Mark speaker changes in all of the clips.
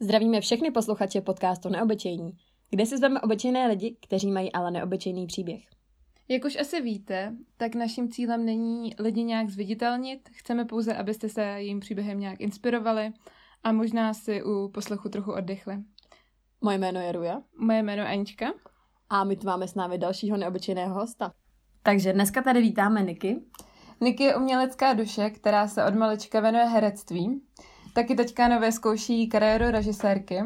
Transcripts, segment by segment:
Speaker 1: Zdravíme všechny posluchače podcastu Neobyčejní, kde si zveme obyčejné lidi, kteří mají ale neobyčejný příběh.
Speaker 2: Jak už asi víte, tak naším cílem není lidi nějak zviditelnit, chceme pouze, abyste se jejím příběhem nějak inspirovali a možná si u poslechu trochu oddechli.
Speaker 1: Moje jméno je Ruja
Speaker 2: Moje jméno je Anička.
Speaker 1: a my tu máme s námi dalšího neobyčejného hosta. Takže dneska tady vítáme Niky.
Speaker 2: Niky je umělecká duše, která se od malička venuje herectví. Taky teďka nové zkouší kariéru režisérky.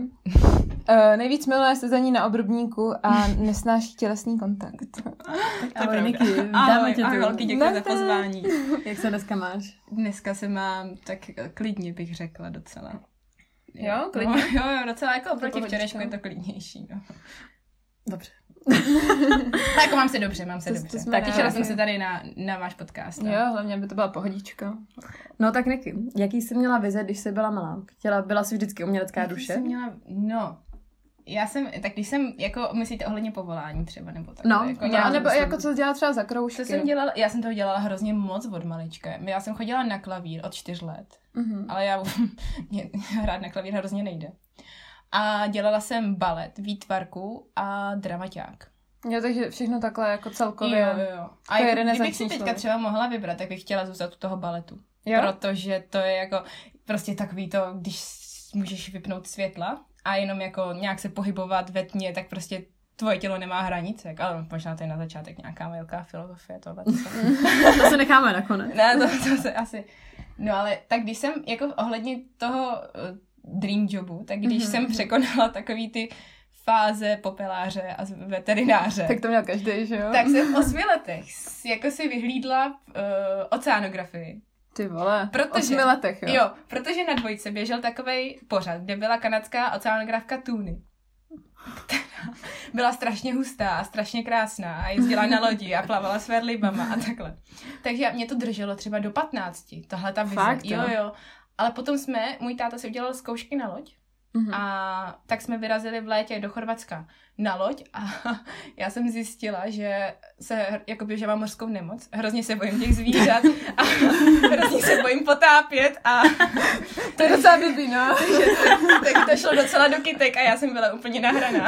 Speaker 2: Eh, Nejvíc miluje sezení na obrubníku a nesnáší tělesný kontakt.
Speaker 3: To je
Speaker 1: Ahoj,
Speaker 3: pravda.
Speaker 1: Niky,
Speaker 3: Ahoj,
Speaker 1: vítáme tě
Speaker 3: ahoj,
Speaker 1: tu.
Speaker 3: holky, děkuji
Speaker 2: Nazdar.
Speaker 3: za pozvání.
Speaker 1: Jak se dneska máš?
Speaker 3: Dneska se mám tak klidně, bych řekla docela.
Speaker 2: Jo, klidně?
Speaker 3: No, jo, jo, docela jako oproti
Speaker 2: pohodička.
Speaker 3: včerejšku je to klidnější. No.
Speaker 1: Dobře.
Speaker 3: Tak jako mám se dobře, mám se
Speaker 2: To- to
Speaker 3: dobře.
Speaker 2: jsme
Speaker 3: tak
Speaker 2: rádi.
Speaker 3: těšila jsem se tady na, na váš podcast. no.
Speaker 2: Jo, hlavně by to byla pohodička.
Speaker 1: No tak Niky, jaký jsi měla vize, když jsi byla malá? Chtěla, byla jsi vždycky umělecká
Speaker 3: Jaký
Speaker 1: duše?
Speaker 3: jsem měla, no, já jsem, tak když jsem, jako myslíte ohledně povolání třeba, nebo tak.
Speaker 1: No,
Speaker 3: jako,
Speaker 1: no,
Speaker 2: No,
Speaker 3: já,
Speaker 2: a nebo
Speaker 1: myslím.
Speaker 2: jako co dělá třeba za kroužky.
Speaker 3: co jsem dělala, já jsem toho dělala hrozně moc od malička. Já jsem chodila na klavír od čtyř let.
Speaker 2: Mhm.
Speaker 3: ale já mě hrát na klavír hrozně nejde. A dělala jsem balet, výtvarku a dramaťák.
Speaker 2: Jo, takže všechno takhle jako
Speaker 3: Jo,
Speaker 2: celkově.
Speaker 3: jo, jo. A
Speaker 2: To je
Speaker 3: jako, kdybych si
Speaker 2: renesanční
Speaker 3: teďka
Speaker 2: člověk.
Speaker 3: třeba mohla vybrat, tak bych chtěla zůstat u toho baletu.
Speaker 2: Jo?
Speaker 3: Protože to je jako prostě takový to, když s- můžeš vypnout světla a jenom jako nějak se pohybovat ve tmě, tak prostě tvoje tělo nemá hranice. Ale možná to je na začátek nějaká velká filozofie tohle.
Speaker 1: To se necháme nakonec.
Speaker 3: Ne, to, to se asi... No ale tak když jsem, jako ohledně toho eh, dream jobu, tak když
Speaker 2: Mhm,
Speaker 3: mm-hmm. jsem překonala takový ty fáze popeláře a z- veterináře, tak,
Speaker 2: Tak to měl každý, že jo?
Speaker 3: tak jsem v osmi letech s- jako si vyhlídla uh, oceánografii.
Speaker 2: Ty vole,
Speaker 3: Protože-
Speaker 2: osmi letech, jo.
Speaker 3: Jo. jo, protože na dvojce běžel takový pořad, kde byla kanadská oceánografka Tuny. která Byla strašně hustá a strašně krásná a jezdila na lodi a plavala s verlibama a takhle. Takže já- mě to drželo třeba do 15, tahle ta vize.
Speaker 2: Fakt, jo?
Speaker 3: jo, jo. Ale potom jsme, můj táta si udělal zkoušky na loď
Speaker 2: Mhm.
Speaker 3: a tak jsme vyrazili v létě do Chorvatska na loď a já jsem zjistila, že se hr- jakoby, že mám mořskou nemoc. Hrozně se bojím těch zvířat a hrozně se bojím potápět a
Speaker 2: To je docela blbý, no.
Speaker 3: tak to šlo docela do kytek a já jsem byla úplně nahraná.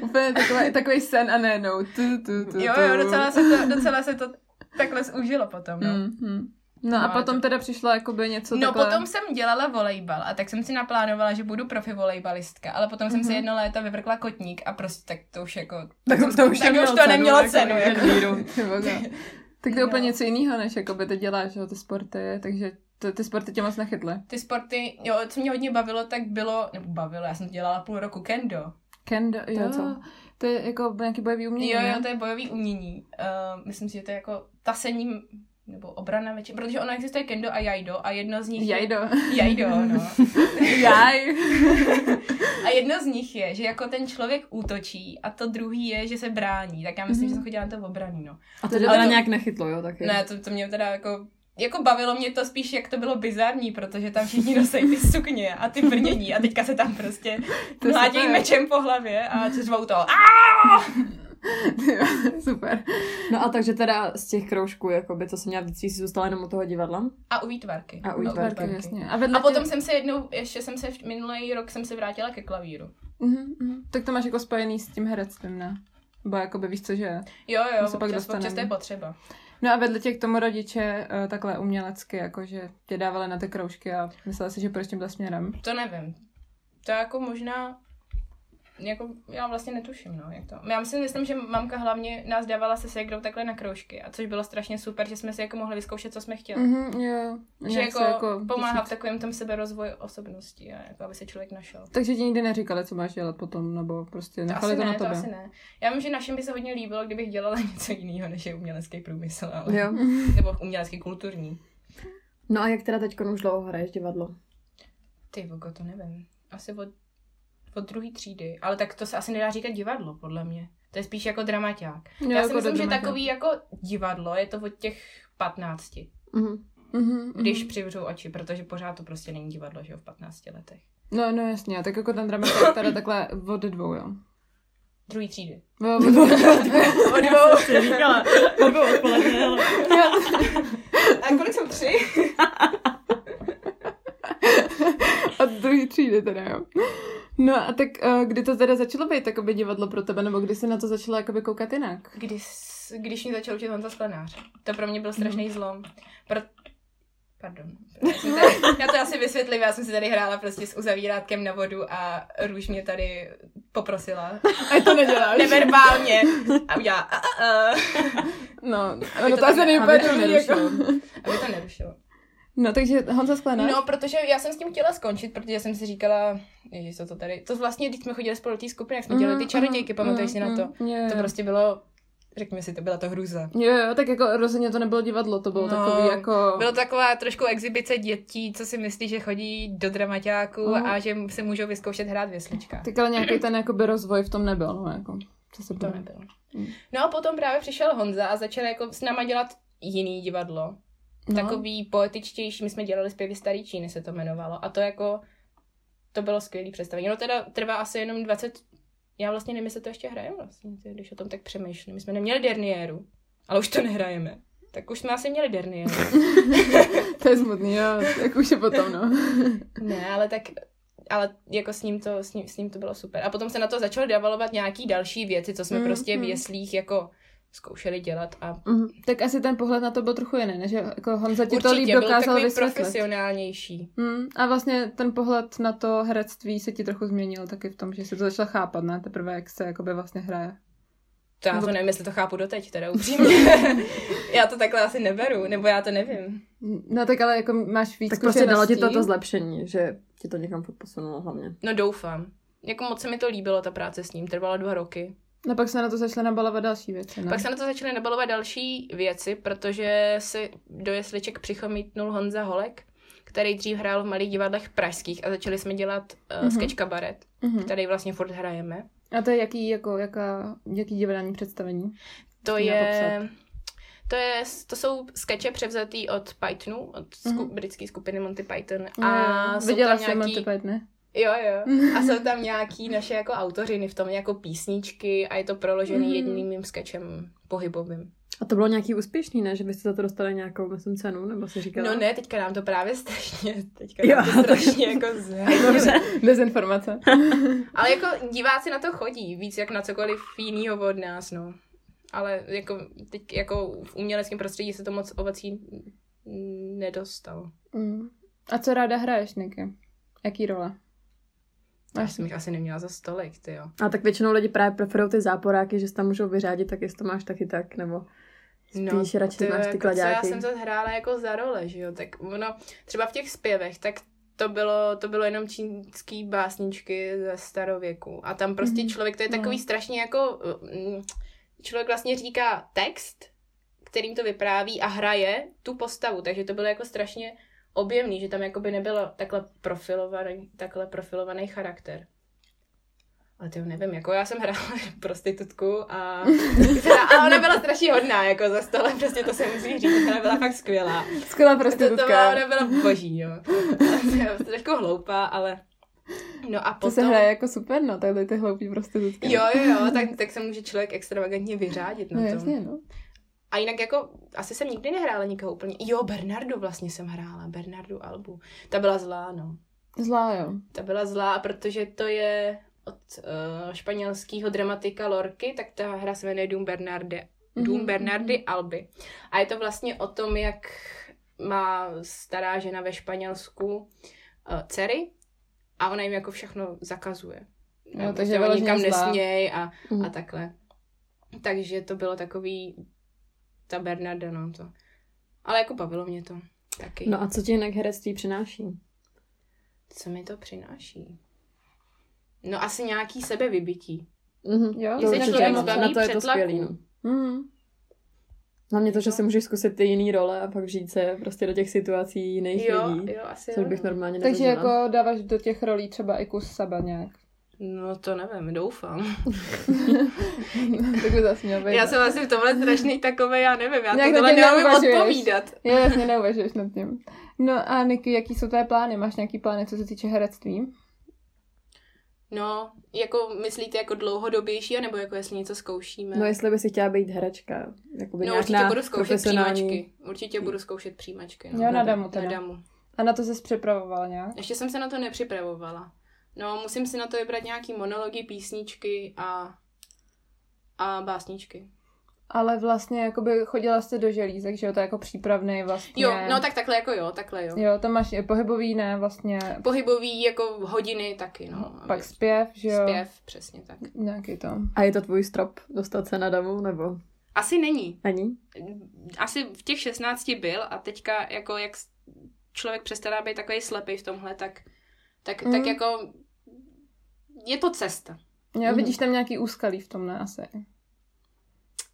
Speaker 2: Úplně takový, takový sen a nejednou. Tu, tu, tu,
Speaker 3: Jo,
Speaker 2: tu.
Speaker 3: jo, docela se to, docela se to takhle zúžilo potom, no.
Speaker 2: Mhm. No a
Speaker 3: No, ale
Speaker 2: potom
Speaker 3: to-
Speaker 2: teda přišlo jakoby něco
Speaker 3: No
Speaker 2: takhle...
Speaker 3: potom jsem dělala volejbal a tak jsem si naplánovala, že budu profi volejbalistka, ale potom jsem si jedno léto vyvrkla kotník a prostě Mhm. tak to už jako...
Speaker 1: Tak, to už,
Speaker 3: tak už to nemělo cenu, jako.
Speaker 2: Ty vole. tak to je
Speaker 3: Jo.
Speaker 2: úplně něco jiného, než jakoby to děláš, jo, ty sporty, takže to, ty sporty tě moc nechytly.
Speaker 3: Ty sporty, jo, co mě hodně bavilo, tak bylo, nebo bavilo, já jsem dělala půl roku kendo.
Speaker 2: Kendo, jo,
Speaker 1: je co?
Speaker 2: to je jako nějaký bojový umění,
Speaker 3: Jo,
Speaker 2: ne?
Speaker 3: jo, to je bojový umění. Uh, myslím si, že to je jako tasení nebo obrana meče, protože ono existuje kendo a jaido a jedno z nich
Speaker 2: Jajdo.
Speaker 3: je... Jaido, no.
Speaker 2: Jaj.
Speaker 3: A jedno z nich je, že jako ten člověk útočí a to druhý je, že se brání. Tak já myslím,
Speaker 2: Mhm.
Speaker 3: že jsem chodila na to obranu, no.
Speaker 1: A to
Speaker 2: to tě
Speaker 1: tě
Speaker 3: teda
Speaker 1: teda
Speaker 3: nějak
Speaker 1: nějak nechytlo, jo, taky.
Speaker 3: Ne, to, to mě teda jako... Jako bavilo mě to spíš, jak to bylo bizarní, protože tam všichni nosejí ty sukně a ty brnění a teďka se tam prostě
Speaker 2: To je
Speaker 3: mlátí
Speaker 2: super.
Speaker 3: mečem po hlavě a řvou to. A
Speaker 2: Jo, Super.
Speaker 1: No a takže teda z těch kroužků, jakoby, co jsem měla v dětství, si zůstala jenom u toho divadla?
Speaker 3: a u výtvarky.
Speaker 1: A u
Speaker 3: No,
Speaker 1: výtvarky,
Speaker 2: Barky, jasně. A, vedle
Speaker 3: A potom jsem se jednou, ještě jsem se v minulý rok jsem se vrátila ke klavíru.
Speaker 2: Mhm, mhm. Tak to máš jako spojený s tím herectvím, ne? Nebo jakoby víš, co že je.
Speaker 3: Jo, jo,
Speaker 2: To se pak
Speaker 3: občas, občas
Speaker 2: dostaneme.
Speaker 3: to je potřeba.
Speaker 2: No a vedle tě k tomu rodiče eh, takhle umělecky, jakože tě dávali na ty kroužky a myslela si, že proč tímhle směrem.
Speaker 3: To nevím. To jako možná... Jako, já vlastně netuším, no, jak to. Já si myslím, že mamka hlavně nás dávala se segrou takhle na kroužky, a což bylo strašně super, že jsme si jako mohli vyzkoušet, co jsme chtěli. Mm,
Speaker 2: Mhm, jo.
Speaker 3: že
Speaker 2: Nějak
Speaker 3: jako,
Speaker 2: se
Speaker 3: jako pomáhá v
Speaker 2: těšit.
Speaker 3: takovém tom seberozvoji osobnosti, a jako, aby se člověk našel.
Speaker 2: Takže ti nikdy neříkali, co máš dělat potom, nebo prostě
Speaker 3: To
Speaker 2: nechali
Speaker 3: asi
Speaker 2: to,
Speaker 3: ne,
Speaker 2: na
Speaker 3: to
Speaker 2: tebe.
Speaker 3: asi ne. Já vím, že našim by se hodně líbilo, kdybych dělala něco jiného, než je umělecký průmysl, ale...
Speaker 1: Jo.
Speaker 3: nebo umělecký kulturní.
Speaker 1: No a jak teda teď už dlouho hraješ divadlo?
Speaker 3: Ty vogo, to nevím. Asi od, od druhé třídy. Ale tak to se asi nedá říkat divadlo, podle mě. To je spíš jako dramaťák.
Speaker 2: Jo,
Speaker 3: Já, si
Speaker 2: jako
Speaker 3: myslím, že
Speaker 2: dodatek.
Speaker 3: takový jako divadlo je to od těch 15,
Speaker 1: Mhm.
Speaker 2: Mhm, mhm.
Speaker 3: když přivřu oči, protože pořád to prostě není divadlo, že jo, v 15 letech.
Speaker 2: No, no jasně, tak jako ten dramatik teda takhle od dvou, jo.
Speaker 3: Druhý třídy.
Speaker 2: Jo, Od dvou.
Speaker 3: Od dvou.
Speaker 1: Říkala, nebo odpoledne, ale...
Speaker 3: A kolik jsem tři?
Speaker 2: Od druhé třídy teda, jo. No a tak eh, kdy to teda začalo být takové divadlo pro tebe, nebo kdy jsi na to začala jakoby koukat jinak?
Speaker 3: Když, když mě začal učit Honza Sklenář. To pro mě byl strašný zlom. Pro... Pardon. Já, jsem tady, já to asi vysvětlím, já jsem si tady hrála prostě s uzavírátkem na vodu a Růž mě tady poprosila.
Speaker 2: A to neděláš.
Speaker 3: Neverbálně. A udělala... A, a, a,
Speaker 2: No,
Speaker 3: to
Speaker 2: no to
Speaker 3: tak
Speaker 2: asi
Speaker 3: ne-
Speaker 2: nejpadlo.
Speaker 1: aby to nerušilo.
Speaker 3: aby to nerušilo.
Speaker 2: jako. No takže Honza Sklenář.
Speaker 3: No, protože já jsem s tím chtěla skončit, protože jsem si říkala, že co to tady. To vlastně, když jsme chodili spolu do té skupiny, jak jsme No, dělali
Speaker 2: Mm,
Speaker 3: ty čarodějky, pamatuješ si na to?
Speaker 2: Jo,
Speaker 3: To
Speaker 2: jo.
Speaker 3: prostě bylo, řekněme si, to byla to hrůza.
Speaker 2: mm, Jo, jo, tak jako rozhodně to nebylo divadlo, to bylo
Speaker 3: No,
Speaker 2: takový jako...
Speaker 3: Bylo to taková trošku exibice dětí, co si myslí, že chodí do dramaťáku
Speaker 2: Mhm.
Speaker 3: a že se můžou vyzkoušet hrát věslička.
Speaker 2: Tak ale nějaký ten jakoby rozvoj v tom nebyl, no jako. Co se
Speaker 3: To
Speaker 2: bude.
Speaker 3: nebylo.
Speaker 2: Mm.
Speaker 3: No a potom právě přišel Honza a začal jako s náma dělat jiný divadlo.
Speaker 2: No.
Speaker 3: Takový poetičtější, my jsme dělali zpěvy starý Číny, se to jmenovalo. A to jako, to bylo skvělý představení. No teda trvá asi jenom 20, já vlastně nevím, jestli to ještě hrajeme vlastně, ty, když o tom tak přemýšlím. My jsme neměli derniéru, ale už to nehrajeme. Tak už jsme asi měli derniéru.
Speaker 2: To je smutný, jo, tak už je potom, no.
Speaker 3: Ne, ale tak ale jako s ním, to, s, ním, s ním to bylo super. A potom se na to začalo devalovat nějaký další věci, co jsme
Speaker 2: Mm,
Speaker 3: mm, prostě
Speaker 2: mm.
Speaker 3: v jeslích jako zkoušeli dělat a
Speaker 2: Mhm. Tak asi ten pohled na to byl trochu jiný, než jako Honza ti to líp
Speaker 3: určitě byl
Speaker 2: dokázal
Speaker 3: takový
Speaker 2: vysvětlit.
Speaker 3: profesionálnější.
Speaker 2: Hmm, a vlastně ten pohled na to herectví se ti trochu změnil taky v tom, že jsi to začala chápat, ne? Teprve jak se jakoby vlastně hraje.
Speaker 3: To já
Speaker 2: Nebo-
Speaker 3: to nevím, jestli to chápu doteď, teda upřímně. já to takhle asi neberu, nebo já to nevím.
Speaker 2: No tak ale jako máš víc
Speaker 1: Tak prostě dalo ti to,
Speaker 2: zkušeností.
Speaker 1: to zlepšení, že ti to někam fakt posunulo hlavně.
Speaker 3: No doufám. Jako moc se mi to líbilo, ta práce s ním, trvala dva roky.
Speaker 2: No pak se na to začala nabalovat další věci, ne?
Speaker 3: Pak se na to začaly nabalovat další věci, protože si do jesliček přichomítnul Honza Holek, který dřív hrál v malých divadlech pražských a začali jsme dělat uh,
Speaker 2: Mhm.
Speaker 3: mm-hmm. sketch kabaret,
Speaker 2: Mhm.
Speaker 3: který vlastně furt hrajeme.
Speaker 2: A to je jaký, jako, jaká, jaký divadelní představení?
Speaker 3: To
Speaker 2: Musíme
Speaker 3: je, to je, to jsou skeče převzatý od Pythonu, od sku-
Speaker 2: Mhm.
Speaker 3: britské skupiny Monty Python. A
Speaker 2: Jo,
Speaker 3: jsou
Speaker 2: Viděla
Speaker 3: tam nějaký,
Speaker 2: jsem Monty Python,
Speaker 3: Jo, jo. A jsou tam nějaký naše jako autořiny v tom, jako písničky a je to proložený
Speaker 2: Mhm.
Speaker 3: mm. jedním mým skečem pohybovým.
Speaker 1: A to bylo nějaký úspěšný, ne? Že byste za to dostali nějakou, myslím, cenu, nebo si říkala?
Speaker 3: No ne, teďka nám to právě strašně, teďka
Speaker 1: Jo,
Speaker 3: nám to
Speaker 1: tak-
Speaker 3: strašně jako zhadili.
Speaker 1: Dobře.
Speaker 2: Dezinformace.
Speaker 3: Ale jako diváci na to chodí, víc jak na cokoliv jinýho od nás, no. Ale jako, teď jako v uměleckém prostředí se to moc ovací mm, nedostalo.
Speaker 2: Mm. A co ráda hraješ, Niky? Jaký role?
Speaker 3: Já jsem jich asi neměla za stolik, ty jo.
Speaker 1: A tak většinou lidi právě preferují ty záporáky, že se tam můžou vyřádit, tak jestli to máš taky tak, nebo spíš no, radši
Speaker 3: jo,
Speaker 1: máš ty
Speaker 3: jako, co já
Speaker 1: kladáky.
Speaker 3: jsem to hrála jako za role, že jo, tak ono, třeba v těch zpěvech, tak to bylo, to bylo jenom čínský básničky ze starověku. A tam prostě
Speaker 2: Mhm.
Speaker 3: člověk, to je takový strašně jako, mm, člověk vlastně říká text, kterým to vypráví a hraje tu postavu, takže to bylo jako strašně objemný, že tam jakoby nebylo takhle profilovaný, takhle profilovaný charakter. Ale to nevím, jako já jsem hrála prostitutku a, a ona byla strašně hodná, jako za stole, prostě to se musí říct, ona byla fakt skvělá.
Speaker 2: Skvělá prostě
Speaker 3: To, to byla,
Speaker 2: prostitutka.
Speaker 3: ona byla boží, jo. To je trošku jako hloupá, ale... No a
Speaker 2: To
Speaker 3: potom...
Speaker 2: se hraje jako super, no, takhle ty hloupý prostitutky.
Speaker 3: Jo, jo, jo, tak, tak se může člověk extravagantně vyřádit
Speaker 2: No,
Speaker 3: na tom.
Speaker 2: jasně, no.
Speaker 3: A jinak jako, asi jsem nikdy nehrála nikoho úplně. Jo, Bernardu vlastně jsem hrála, Bernardu Albu. Ta byla zlá, no.
Speaker 2: Zlá, jo.
Speaker 3: Ta byla zlá, protože to je od uh, španělského dramatika Lorky, tak ta hra se jmenuje Dům Bernarde. Dům
Speaker 2: Mhm,
Speaker 3: Bernardy Alby. A je to vlastně o tom, jak má stará žena ve Španělsku uh, dcery a ona jim jako všechno zakazuje.
Speaker 2: Jo,
Speaker 3: No,
Speaker 2: takže
Speaker 3: takže oni
Speaker 2: vyloženě
Speaker 3: nikam
Speaker 2: zlá.
Speaker 3: nesměj a,
Speaker 1: Mhm.
Speaker 3: a takhle. Takže to bylo takový ta Bernarda, no to. Ale jako bavilo mě to taky.
Speaker 1: No a co ti jinak herectví přináší?
Speaker 3: Co mi to přináší? No asi nějaký sebevybytí.
Speaker 1: Mhm.
Speaker 2: Jo,
Speaker 3: Když se
Speaker 1: určitě,
Speaker 3: člověk
Speaker 1: no.
Speaker 3: zbaví
Speaker 1: na to je to
Speaker 3: přetlaku.
Speaker 1: skvělý, no.
Speaker 2: Mm.
Speaker 1: Na mě to, že
Speaker 3: No.
Speaker 1: si můžeš zkusit ty jiný role a pak žít se prostě do těch situací jiných
Speaker 3: Jo,
Speaker 1: lidí,
Speaker 3: jo, asi
Speaker 1: což
Speaker 3: jo.
Speaker 1: bych normálně
Speaker 2: Takže
Speaker 1: nezažila.
Speaker 2: jako dáváš do těch rolí třeba i kus sebe nějak.
Speaker 3: No to nevím, doufám.
Speaker 2: tak by zase měl být.
Speaker 3: Já jsem asi v tomhle strašný takové, já nevím, já
Speaker 2: Nějak
Speaker 3: Nějak
Speaker 2: na
Speaker 3: tohle
Speaker 2: tím
Speaker 3: neumím
Speaker 2: neuvažuješ.
Speaker 3: odpovídat.
Speaker 2: Jo, jasně, neuvažuješ nad tím. No a Niky, jaký jsou tvé plány? Máš nějaký plány, co se týče herectví?
Speaker 3: No, jako myslíte jako dlouhodobější, nebo jako jestli něco zkoušíme?
Speaker 1: No jestli by si chtěla být herečka, jako by
Speaker 3: no
Speaker 1: nějak
Speaker 3: určitě
Speaker 1: na
Speaker 3: budu zkoušet
Speaker 1: profesionální...
Speaker 3: přijímačky. Určitě budu zkoušet přijímačky. No.
Speaker 2: Jo, na
Speaker 1: na
Speaker 2: damu
Speaker 3: Na
Speaker 2: teda.
Speaker 3: damu.
Speaker 2: A na to se připravovala nějak?
Speaker 3: Ještě jsem se na to nepřipravovala. No, musím si na to vybrat nějaký monology, písničky a, a básničky.
Speaker 2: Ale vlastně jakoby chodila jste do želízek, že jo, to je jako přípravný vlastně.
Speaker 3: Jo, no tak takhle jako jo, takhle jo.
Speaker 2: Jo, to máš i pohybový, ne, vlastně
Speaker 3: Pohybový jako hodiny taky, no.
Speaker 2: pak
Speaker 3: aby-
Speaker 2: zpěv, že jo.
Speaker 3: Zpěv, přesně tak.
Speaker 2: Nějaký to.
Speaker 1: A je to tvůj strop dostat se na damu, nebo
Speaker 3: Asi není.
Speaker 1: ani?
Speaker 3: Asi v těch 16 byl a teďka jako jak s- člověk přestává být takový slepý v tomhle, tak, tak, mm. tak
Speaker 2: Mm.
Speaker 3: jako je to cesta. Mhm.
Speaker 2: Jo, vidíš tam nějaký úskalí v tom, ne, asi.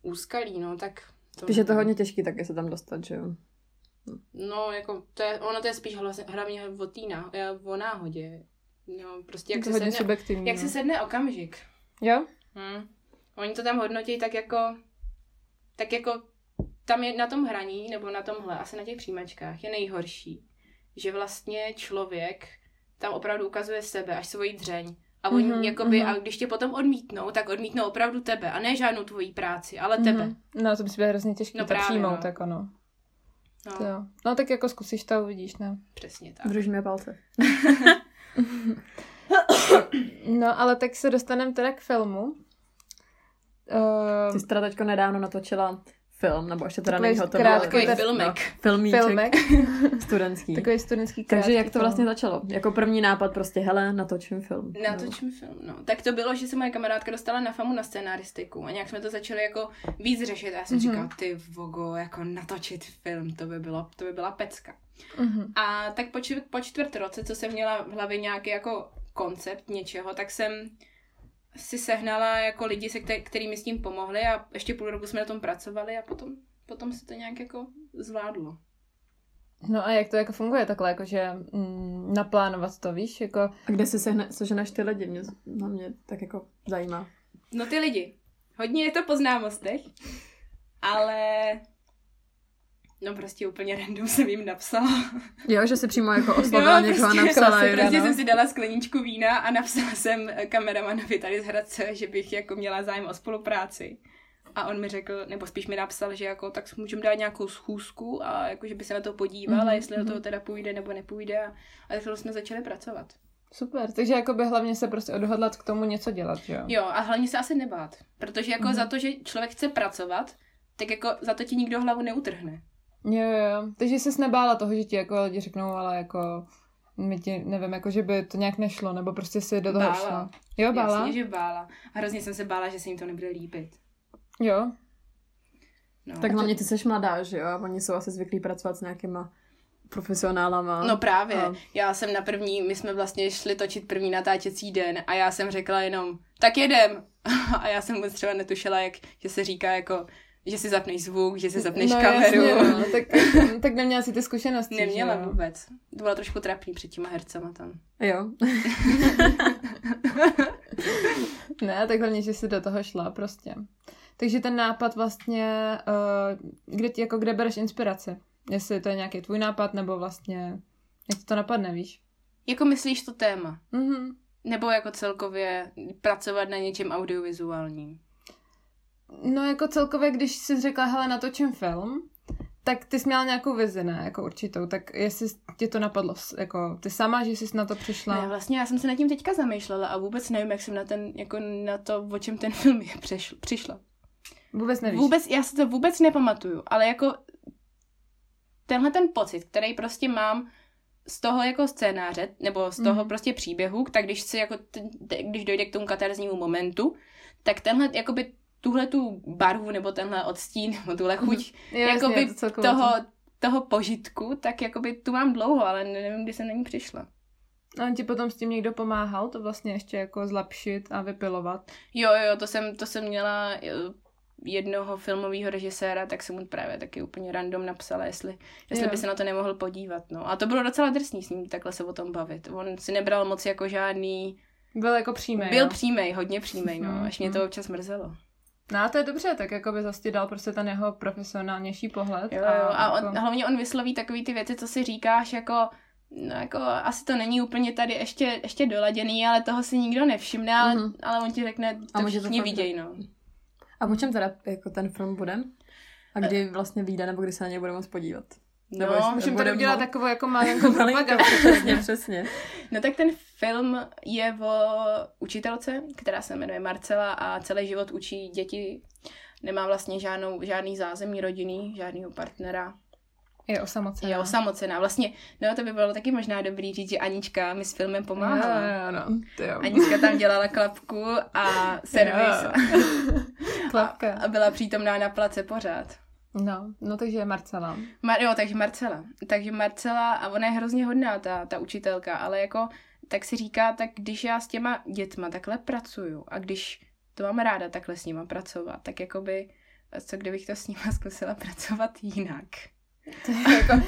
Speaker 3: Úskalí, no, tak... To,
Speaker 1: Když je to hodně těžký, tak je se tam dostat, že jo?
Speaker 3: No, jako, to je, ono to je spíš hlas- hlavně o, té ná, eh, o náhodě. No, prostě jak
Speaker 2: to
Speaker 3: se,
Speaker 2: hodně
Speaker 3: sedne,
Speaker 2: subjektivní.
Speaker 3: jak
Speaker 2: no.
Speaker 3: se sedne okamžik.
Speaker 2: Jo?
Speaker 3: Hm. Oni to tam hodnotí tak jako, tak jako tam je na tom hraní, nebo na tomhle, asi na těch přijímačkách je nejhorší, že vlastně člověk tam opravdu ukazuje sebe, až svoji dřeň. A oni
Speaker 2: Mhm,
Speaker 3: mm-hmm, jakoby,
Speaker 2: mhm.
Speaker 3: a když tě potom odmítnou, tak odmítnou opravdu tebe a ne žádnou tvoji práci, ale
Speaker 2: Mhm.
Speaker 3: tebe.
Speaker 2: No, to by si bylo hrozně těžké
Speaker 3: No
Speaker 2: no,
Speaker 3: právě,
Speaker 2: přijmout,
Speaker 3: no.
Speaker 2: tak ono.
Speaker 3: No,
Speaker 2: To jo. No tak jako zkusíš to a uvidíš, ne?
Speaker 3: přesně tak.
Speaker 1: Držíme palce.
Speaker 2: No, ale tak se dostaneme teda k filmu. Ehm,
Speaker 1: Ty jsi teda teďko nedávno natočila film, nebo ještě teda
Speaker 2: Takový
Speaker 1: není hotový.
Speaker 2: krátký
Speaker 1: ale-
Speaker 3: Takový filmek.
Speaker 1: No, filmíček
Speaker 2: filmek,
Speaker 1: studentský.
Speaker 2: takový studentský
Speaker 1: Takže
Speaker 2: krátký
Speaker 1: jak to
Speaker 2: film.
Speaker 1: vlastně začalo? Jako první nápad prostě, hele, natočím film.
Speaker 3: Natočím film, no. Tak to bylo, že se moje kamarádka dostala na famu na scénaristiku a nějak jsme to začali jako víc řešit. A já jsem
Speaker 2: Mhm.
Speaker 3: mm-hmm. říkala, ty vogo, jako natočit film, to by, bylo, to by byla pecka.
Speaker 2: Mhm.
Speaker 3: A tak po, čtvrt, po čtvrt roce, co jsem měla v hlavě nějaký jako koncept něčeho, tak jsem si sehnala jako lidi, se kte- který mi s tím pomohli a ještě půl roku jsme na tom pracovali a potom, potom se to nějak jako zvládlo.
Speaker 2: No a jak to jako funguje takhle, jakože mm, naplánovat to, víš, jako
Speaker 1: A kde si sehne, seženeš ty lidi? Mě, na mě tak jako zajímá.
Speaker 3: No ty lidi, hodně je to po známostech, ale no prostě úplně random jsem jim napsala.
Speaker 1: Jo, že si přímo jako oslovila
Speaker 3: Jo,
Speaker 1: někoho a
Speaker 3: prostě,
Speaker 1: napsala.
Speaker 3: prostě,
Speaker 1: jo,
Speaker 3: prostě
Speaker 1: no.
Speaker 3: jsem si dala skleničku vína a napsala jsem eh, kameramanovi tady z Hradce, že bych jako měla zájem o spolupráci. A on mi řekl, nebo spíš mi napsal, že jako tak si můžeme dát nějakou schůzku a jako, že by se na to podíval
Speaker 2: Mhm,
Speaker 3: a jestli do
Speaker 2: mhm.
Speaker 3: toho teda půjde nebo nepůjde. A, a takhle jsme začali pracovat.
Speaker 2: super, takže jakoby hlavně se prostě odhodlat k tomu něco dělat, že jo?
Speaker 3: Jo, a hlavně se asi nebát. Protože jako
Speaker 2: Mhm.
Speaker 3: mm-hmm. za to, že člověk chce pracovat, tak jako za to ti nikdo hlavu neutrhne.
Speaker 2: Jo, jo, jo. takže jsi nebála toho, že ti jako lidi řeknou, ale jako my ti, nevím, jako že by to nějak nešlo, nebo prostě si do toho
Speaker 3: Bála.
Speaker 2: šla. Jo, bála?
Speaker 3: Jasně, že bála. A hrozně jsem se bála, že se jim to nebude líbit.
Speaker 2: Jo,
Speaker 3: No,
Speaker 1: Tak hlavně ty jsi mladá, že jo? A oni jsou asi zvyklí pracovat s nějakýma profesionálama.
Speaker 3: No právě.
Speaker 1: A-
Speaker 3: Já jsem na první, my jsme vlastně šli točit první natáčecí den a já jsem řekla jenom, tak jedem. a já jsem vůbec třeba netušila, jak, že se říká jako, že si zapneš zvuk, že si zapneš
Speaker 2: no,
Speaker 3: kameru.
Speaker 2: Jasně, no. tak, tak neměla si ty zkušenosti. že
Speaker 3: Neměla
Speaker 2: jo?
Speaker 3: vůbec. To bylo trošku trapný před těma hercema tam.
Speaker 1: Jo.
Speaker 2: Ne, tak hlavně, že jsi do toho šla prostě. Takže ten nápad vlastně, eh, kde, ti- jako kde bereš inspiraci? Jestli to je nějaký tvůj nápad, nebo vlastně, jak ti to napadne, víš?
Speaker 3: Jako myslíš to téma?
Speaker 2: Mhm.
Speaker 3: Nebo jako celkově pracovat na něčem audiovizuálním.
Speaker 2: No jako celkově, když jsi řekla, hele, natočím film, tak ty jsi měla nějakou vizi, ne, jako určitou, tak jestli tě to napadlo, s- jako ty sama, že jsi na to přišla.
Speaker 3: Ne, vlastně já jsem se nad tím teďka zamýšlela a vůbec nevím, jak jsem na, ten, jako na to, o čem ten film je přešl, přišla.
Speaker 2: Vůbec nevíš.
Speaker 3: Vůbec, já si to vůbec nepamatuju, ale jako tenhle ten pocit, který prostě mám z toho jako scénáře, nebo z toho
Speaker 2: Mhm.
Speaker 3: prostě příběhu, tak když se jako, t- t- když dojde k tomu katarznímu momentu, tak tenhle, jakoby tuhle tu barvu, nebo tenhle odstín, nebo tuhle chuť
Speaker 2: Jo,
Speaker 3: jako
Speaker 2: jasně,
Speaker 3: by
Speaker 2: to celkově
Speaker 3: toho, toho požitku, tak jakoby tu mám dlouho, ale nevím, kdy jsem na ní přišla.
Speaker 2: to- A on ti potom s tím někdo pomáhal, to vlastně ještě jako zlepšit a vypilovat.
Speaker 3: Jo, jo, to jsem, to jsem měla eh, jednoho filmového režiséra, tak jsem mu právě taky úplně random napsala, jestli, jestli
Speaker 2: Jo.
Speaker 3: by se na to nemohl podívat. No. A to bylo docela drsný s ním takhle se o tom bavit. On si nebral moc jako žádný...
Speaker 2: Byl jako přímý.
Speaker 3: Byl přímej, hodně přímej, no. Až mě to
Speaker 2: Mhm.
Speaker 3: občas mrzelo.
Speaker 2: No a to je dobře, tak jako by zase ti dal prostě ten jeho profesionálnější pohled.
Speaker 3: Jo, jo. A on,
Speaker 2: jako-
Speaker 3: hlavně on vysloví takové ty věci, co si říkáš, jako, no jako asi to není úplně tady ještě, ještě doladěný, ale toho si nikdo nevšimne, ale,
Speaker 1: Mhm.
Speaker 3: mm-hmm. ale on ti řekne, to
Speaker 1: A
Speaker 3: a
Speaker 1: může to
Speaker 3: všichni
Speaker 1: fakt-
Speaker 3: viděj, no.
Speaker 1: A po čem teda jako ten film bude? A kdy vlastně vyjde, nebo kdy se na něj bude moc podívat?
Speaker 3: Nebo jestli-
Speaker 2: Můžeme tady
Speaker 3: budem
Speaker 2: udělat
Speaker 3: ho-
Speaker 2: takovou jako
Speaker 1: No,
Speaker 2: malinkou
Speaker 3: Malinkou,
Speaker 2: propagandu.
Speaker 3: přesně, přesně. No tak ten film je o učitelce, která se jmenuje Marcela a celý život učí děti. Nemá vlastně žádnou, žádný zázemí rodiny, žádného partnera.
Speaker 2: Je osamocená.
Speaker 3: Je osamocená. Vlastně, no to by bylo taky možná dobrý říct, že Anička mi s filmem pomáhala.
Speaker 2: Jo, jo, no. Ty jo.
Speaker 3: Anička tam dělala klapku a servis.
Speaker 2: Klapka.
Speaker 3: A byla přítomná na place pořád.
Speaker 2: No, no takže je Marcela.
Speaker 3: Mar- jo, takže Marcela. Takže Marcela, a ona je hrozně hodná, ta, ta učitelka, ale jako, tak si říká, tak když já s těma dětma takhle pracuju a když to mám ráda takhle s nima pracovat, tak jakoby, co kdybych to s nima zkusila pracovat jinak.
Speaker 2: To je, jako,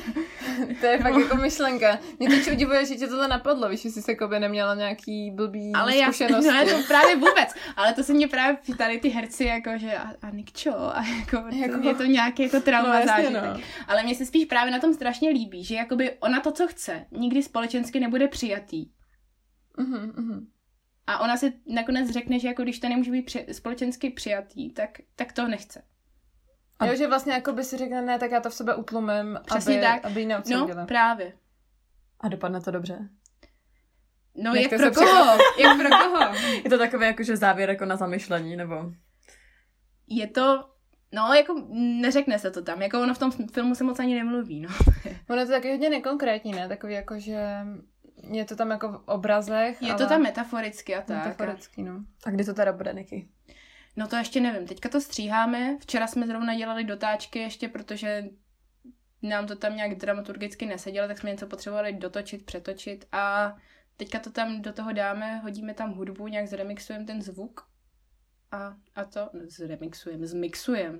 Speaker 2: to je fakt jako myšlenka. Mě teď udivuje, že tě tohle napadlo, víš, jestli jsi jako by neměla nějaký blbý
Speaker 3: Ale já, no,
Speaker 2: zkušenosti.
Speaker 3: ne, to právě vůbec, ale to se mě právě ptali ty herci, jako, že a, a Nikčo, a jako,
Speaker 2: Jako-
Speaker 3: jako, je to nějaký jako
Speaker 2: no,
Speaker 3: trauma
Speaker 2: jasně,
Speaker 3: zážitek.
Speaker 2: no.
Speaker 3: Ale mně se spíš právě na tom strašně líbí, že jakoby ona to, co chce, nikdy společensky nebude přijatý.
Speaker 2: Mhm, mhm.
Speaker 3: A ona si nakonec řekne, že jako když to nemůže být při- společensky přijatý, tak, tak to nechce.
Speaker 2: Jo, že vlastně jako by si řekne, ne, tak já to v sebe utlumím,
Speaker 3: Přesně
Speaker 2: aby,
Speaker 3: tak.
Speaker 2: aby ji
Speaker 3: No,
Speaker 2: neodsoudila.
Speaker 3: právě.
Speaker 1: A dopadne to dobře.
Speaker 3: No,
Speaker 2: Dneska
Speaker 3: jak
Speaker 2: se
Speaker 3: pro koho? jak pro koho?
Speaker 1: Je to takové jakože závěr jako na zamyšlení, nebo...
Speaker 3: Je to... No, jako neřekne se to tam. Jako ono v tom filmu se moc ani nemluví, no.
Speaker 2: Ono je to taky hodně nekonkrétní, ne? Takový jako, že je to tam jako v obrazech,
Speaker 3: Je
Speaker 2: ale...
Speaker 3: to tam metaforicky a tak.
Speaker 2: metaforický, no.
Speaker 1: A kdy to teda bude, Niky?
Speaker 3: No to ještě nevím. Teďka to stříháme. Včera jsme zrovna dělali dotáčky ještě, protože nám to tam nějak dramaturgicky nesedělo, tak jsme něco potřebovali dotočit, přetočit a teďka to tam do toho dáme, hodíme tam hudbu, nějak zremixujeme ten zvuk a, a to no, zremixujeme, zmixujeme.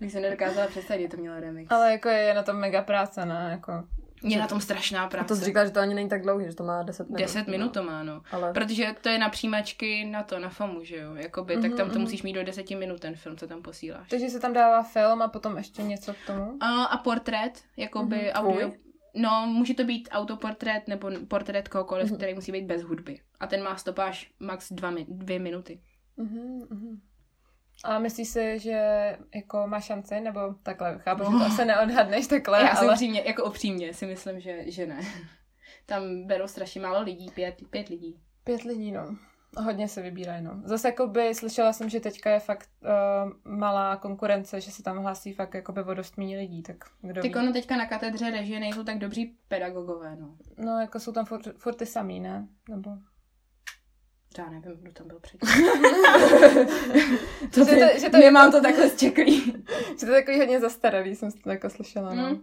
Speaker 3: Bych se nedokázala představit, je to mělo remix.
Speaker 2: Ale jako je na tom mega práce, ne? Jako...
Speaker 3: Je na tom strašná
Speaker 1: A
Speaker 3: práce.
Speaker 1: to jsi říkala, že to ani není tak dlouhý, že to má 10 minut.
Speaker 3: 10 minut to má, no.
Speaker 1: Ale...
Speaker 3: Protože to je na přijímačky na to, na FAMu, že jo? Jakoby,
Speaker 2: Mhm,
Speaker 3: tak tam to
Speaker 2: mhm.
Speaker 3: musíš mít do 10 minut ten film, co tam posíláš.
Speaker 2: Takže se tam dává film a potom ještě něco k tomu.
Speaker 3: A, a portrét, jakoby
Speaker 2: Mhm.
Speaker 3: mm-hmm. audio.
Speaker 1: Tvůj?
Speaker 3: No, může to být autoportrét nebo portrét kohokoliv,
Speaker 1: Mhm.
Speaker 3: mm-hmm. který musí být bez hudby. A ten má stopáž max dva, mi- dvě minuty.
Speaker 2: Mhm, mhm. A myslíš si, že jako má šanci, nebo takhle, chápu, že to asi neodhadneš takhle,
Speaker 3: No. Já ale... si
Speaker 2: ale...
Speaker 3: upřímně, jako upřímně si myslím, že, že ne. Tam berou strašně málo lidí, pět, pět lidí.
Speaker 2: Pět lidí, no. Hodně se vybírají, no. Zase jakoby slyšela jsem, že teďka je fakt uh, malá konkurence, že se tam hlásí fakt jakoby o dost méně lidí, tak kdo ví.
Speaker 3: Tak ono teďka na katedře režie nejsou tak dobří pedagogové, no.
Speaker 2: No, jako jsou tam furt, furt ty samý, ne? Nebo...
Speaker 3: Já nevím, kdo tam byl předtím.
Speaker 2: To že, to, že, to, je,
Speaker 3: Nemám to jako- No. takhle zčeklý.
Speaker 2: že to je takový hodně zastaralý, jsem si to jako slyšela, no.
Speaker 3: Mm.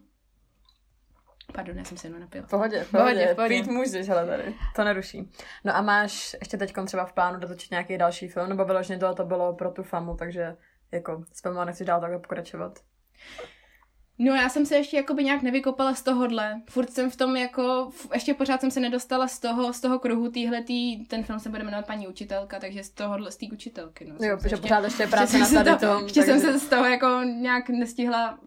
Speaker 3: Pardon, já jsem se jenom napila.
Speaker 1: V pohodě, v
Speaker 2: pohodě,
Speaker 1: pohodě,
Speaker 2: v pohodě.
Speaker 1: Pít můžeš, ale tady. To neruší. No a máš ještě teď třeba v plánu dotočit nějaký další film, nebo vyloženě tohle to bylo pro tu famu, takže jako s filmem nechci dál takhle pokračovat.
Speaker 3: No já jsem se ještě jakoby nějak nevykopala z tohohle. Furt jsem v tom jako, f- ještě pořád jsem se nedostala z toho, z toho kruhu týhletý, ten film se bude jmenovat paní učitelka, takže z tohohle, z té učitelky. No,
Speaker 1: Jo,
Speaker 3: jsem se
Speaker 1: protože
Speaker 3: ještě-
Speaker 1: pořád ještě je
Speaker 3: ještě
Speaker 1: práce na
Speaker 3: jsem se
Speaker 1: tady
Speaker 3: to-
Speaker 1: tom.
Speaker 3: Ještě jsem
Speaker 1: takže-
Speaker 3: se z toho jako nějak nestihla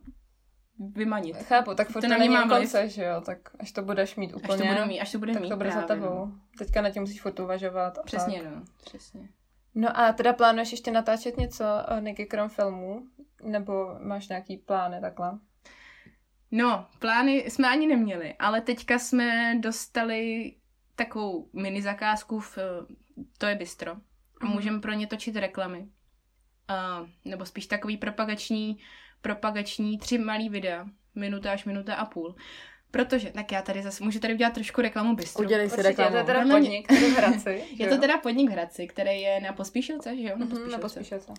Speaker 3: vymanit.
Speaker 2: Chápu, tak furt
Speaker 3: To
Speaker 2: to,
Speaker 3: na
Speaker 2: to
Speaker 3: mě
Speaker 2: není
Speaker 3: mám
Speaker 2: konce, že jo, tak až to budeš mít
Speaker 3: Až to
Speaker 2: úplně,
Speaker 3: budu mít, až to bude
Speaker 2: tak
Speaker 3: mít
Speaker 2: to bude za
Speaker 3: právě, no.
Speaker 2: tebou. Teďka na tím musíš furt uvažovat. a
Speaker 3: Přesně,
Speaker 2: Tak.
Speaker 3: no, přesně.
Speaker 2: No a teda plánuješ ještě natáčet něco, eh, Niky, krom filmů? Nebo máš nějaký plány takhle?
Speaker 3: No, plány jsme ani neměli, ale teďka jsme dostali takovou mini zakázku v eh, To je bistro. A
Speaker 2: Mhm.
Speaker 3: můžeme pro ně točit reklamy. Uh, nebo spíš takový propagační, propagační tři malý videa. Minuta až minuta a půl. Protože, tak já tady zase, můžu tady udělat trošku reklamu bistru.
Speaker 1: Udělej si no. reklamu.
Speaker 2: je to teda
Speaker 3: Podle mě-
Speaker 2: podnik, který v Hradci. že
Speaker 3: No, Je
Speaker 2: jo?
Speaker 3: to teda podnik v Hradci, který je na Pospíšilce, že jo? Na
Speaker 2: Mhm, na
Speaker 3: Pospíšilce.
Speaker 2: pospíšilce.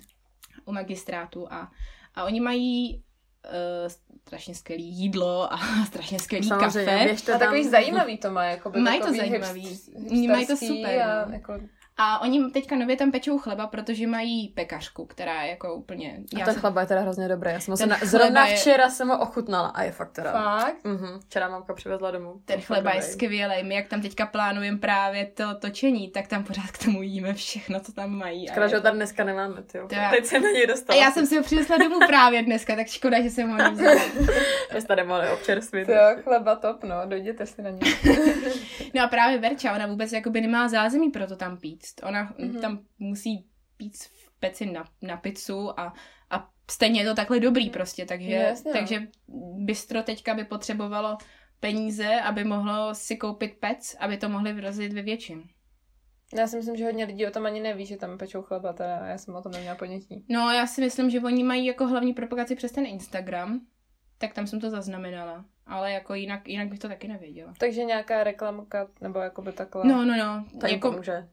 Speaker 3: U magistrátu a, a oni mají uh, strašně skvělý jídlo a strašně skvělý
Speaker 1: Samozřejmě,
Speaker 3: kafe.
Speaker 1: běžte
Speaker 2: A
Speaker 1: tam.
Speaker 2: takový zajímavý to má, jako by
Speaker 3: Mají to
Speaker 2: takový
Speaker 3: zajímavý.
Speaker 2: hipst-
Speaker 3: Mají to
Speaker 2: hipsterský
Speaker 3: super,
Speaker 2: A,
Speaker 3: no.
Speaker 2: jako,
Speaker 3: A oni teďka nově tam pečou chleba, protože mají pekařku, která je jako úplně...
Speaker 1: A
Speaker 3: já
Speaker 1: ten
Speaker 3: se-
Speaker 1: chleba je teda hrozně dobrý. Já jsem ho se
Speaker 3: Ten
Speaker 1: na...
Speaker 3: chleba
Speaker 1: zrovna
Speaker 3: je-
Speaker 1: včera jsem ho ochutnala a je fakt teda.
Speaker 2: fakt?
Speaker 1: Mhm, včera mamka přivezla domů.
Speaker 3: Ten
Speaker 1: Fakt
Speaker 3: chleba je
Speaker 1: dobrý.
Speaker 3: skvělý. My, jak tam teďka plánujeme právě to točení, tak tam pořád k tomu jíme všechno, co tam mají. A,
Speaker 1: Škoda, že ho
Speaker 3: je...
Speaker 1: tady dneska nemáme, ty.
Speaker 3: To já-
Speaker 1: Teď se na něj
Speaker 3: a
Speaker 1: dostala.
Speaker 3: já jsem si ho přinesla domů právě dneska, tak škoda, že jsem ho nevzala.
Speaker 1: Dnes tady mohli občerstvit.
Speaker 2: To jo, chleba top, no, dojděte si na něj.
Speaker 3: No a právě Verča, ona vůbec jakoby nemá zázemí
Speaker 2: Mhm.
Speaker 3: pro to tam pít. Ona mm-hmm. tam musí pít v peci na, na pizzu a, A stejně je to takhle dobrý prostě, takže,
Speaker 2: No, jasně, no.
Speaker 3: takže bistro teďka by potřebovalo peníze, aby mohlo si koupit pec, aby to mohli vrazit ve větším.
Speaker 2: Já si myslím, že hodně lidí o tom ani neví, že tam pečou chleba, teda já jsem o tom neměla ponětí.
Speaker 3: No, já si myslím, že oni mají jako hlavní propagaci přes ten Instagram, tak tam jsem to zaznamenala. Ale jako jinak, jinak bych to taky nevěděla.
Speaker 2: Takže nějaká reklamka, nebo jakoby takhle.
Speaker 3: No, no, no.
Speaker 1: To jim
Speaker 3: Jako
Speaker 1: pomůže.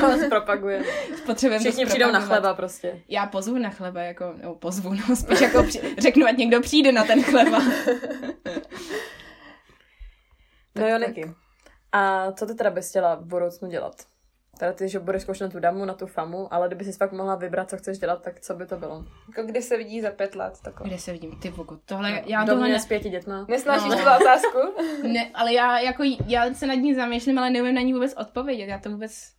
Speaker 1: To se propaguje.
Speaker 3: potřebujeme to
Speaker 1: Všichni přijdou na
Speaker 3: zpropagovat.
Speaker 1: chleba prostě.
Speaker 3: Já pozvu na chleba, jako, nebo pozvu, no, spíš jako při, řeknu, ať někdo přijde na ten chleba.
Speaker 1: No jo, Niky. A co ty teda bys chtěla v budoucnu dělat? Teda ty, že budeš zkoušet na tu damu, na tu famu, ale kdyby jsi pak mohla vybrat, co chceš dělat, tak co by to bylo?
Speaker 2: Jako kde se vidí za pět let, takhle.
Speaker 3: Kde se vidím? Ty vogo, tohle, No, já
Speaker 1: No, Do
Speaker 3: tohle
Speaker 1: mě
Speaker 3: ne,
Speaker 1: s pěti dětma.
Speaker 2: Nesnášíš
Speaker 3: No.
Speaker 2: no. tu otázku?
Speaker 3: ne, ale já, jako, já se nad ní zamýšlím, ale neumím na ní vůbec odpovědět, já to vůbec,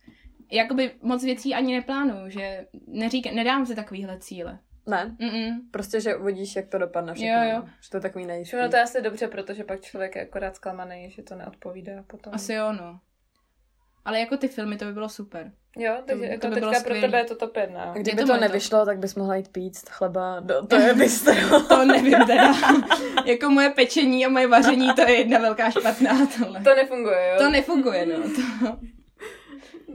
Speaker 3: jakoby moc věcí ani neplánuju, že neřík, nedám si takovýhle cíle.
Speaker 1: Ne,
Speaker 3: Mm-mm.
Speaker 1: prostě, že uvidíš, jak to dopadne všechno.
Speaker 3: Jo, jo.
Speaker 1: no. Že to je takový nejistý.
Speaker 2: Všechno to je asi dobře, protože pak člověk je akorát zklamaný, že to neodpovídá potom.
Speaker 3: Asi jo, no. Ale jako ty filmy, to by bylo super.
Speaker 2: Jo, takže
Speaker 3: To-
Speaker 2: to,
Speaker 3: to
Speaker 2: jako
Speaker 3: by
Speaker 2: to
Speaker 3: bylo
Speaker 2: teďka pro
Speaker 3: skvělý.
Speaker 2: tebe je to top jedna.
Speaker 1: A kdyby
Speaker 3: Je to
Speaker 1: to,
Speaker 3: moje to.
Speaker 1: nevyšlo, tak bys mohla jít pít chleba. Do, to je bistro.
Speaker 3: To nevím teda. jako moje pečení a moje vaření, to je jedna velká špatná tohle.
Speaker 2: To nefunguje, jo?
Speaker 3: To nefunguje, no. To...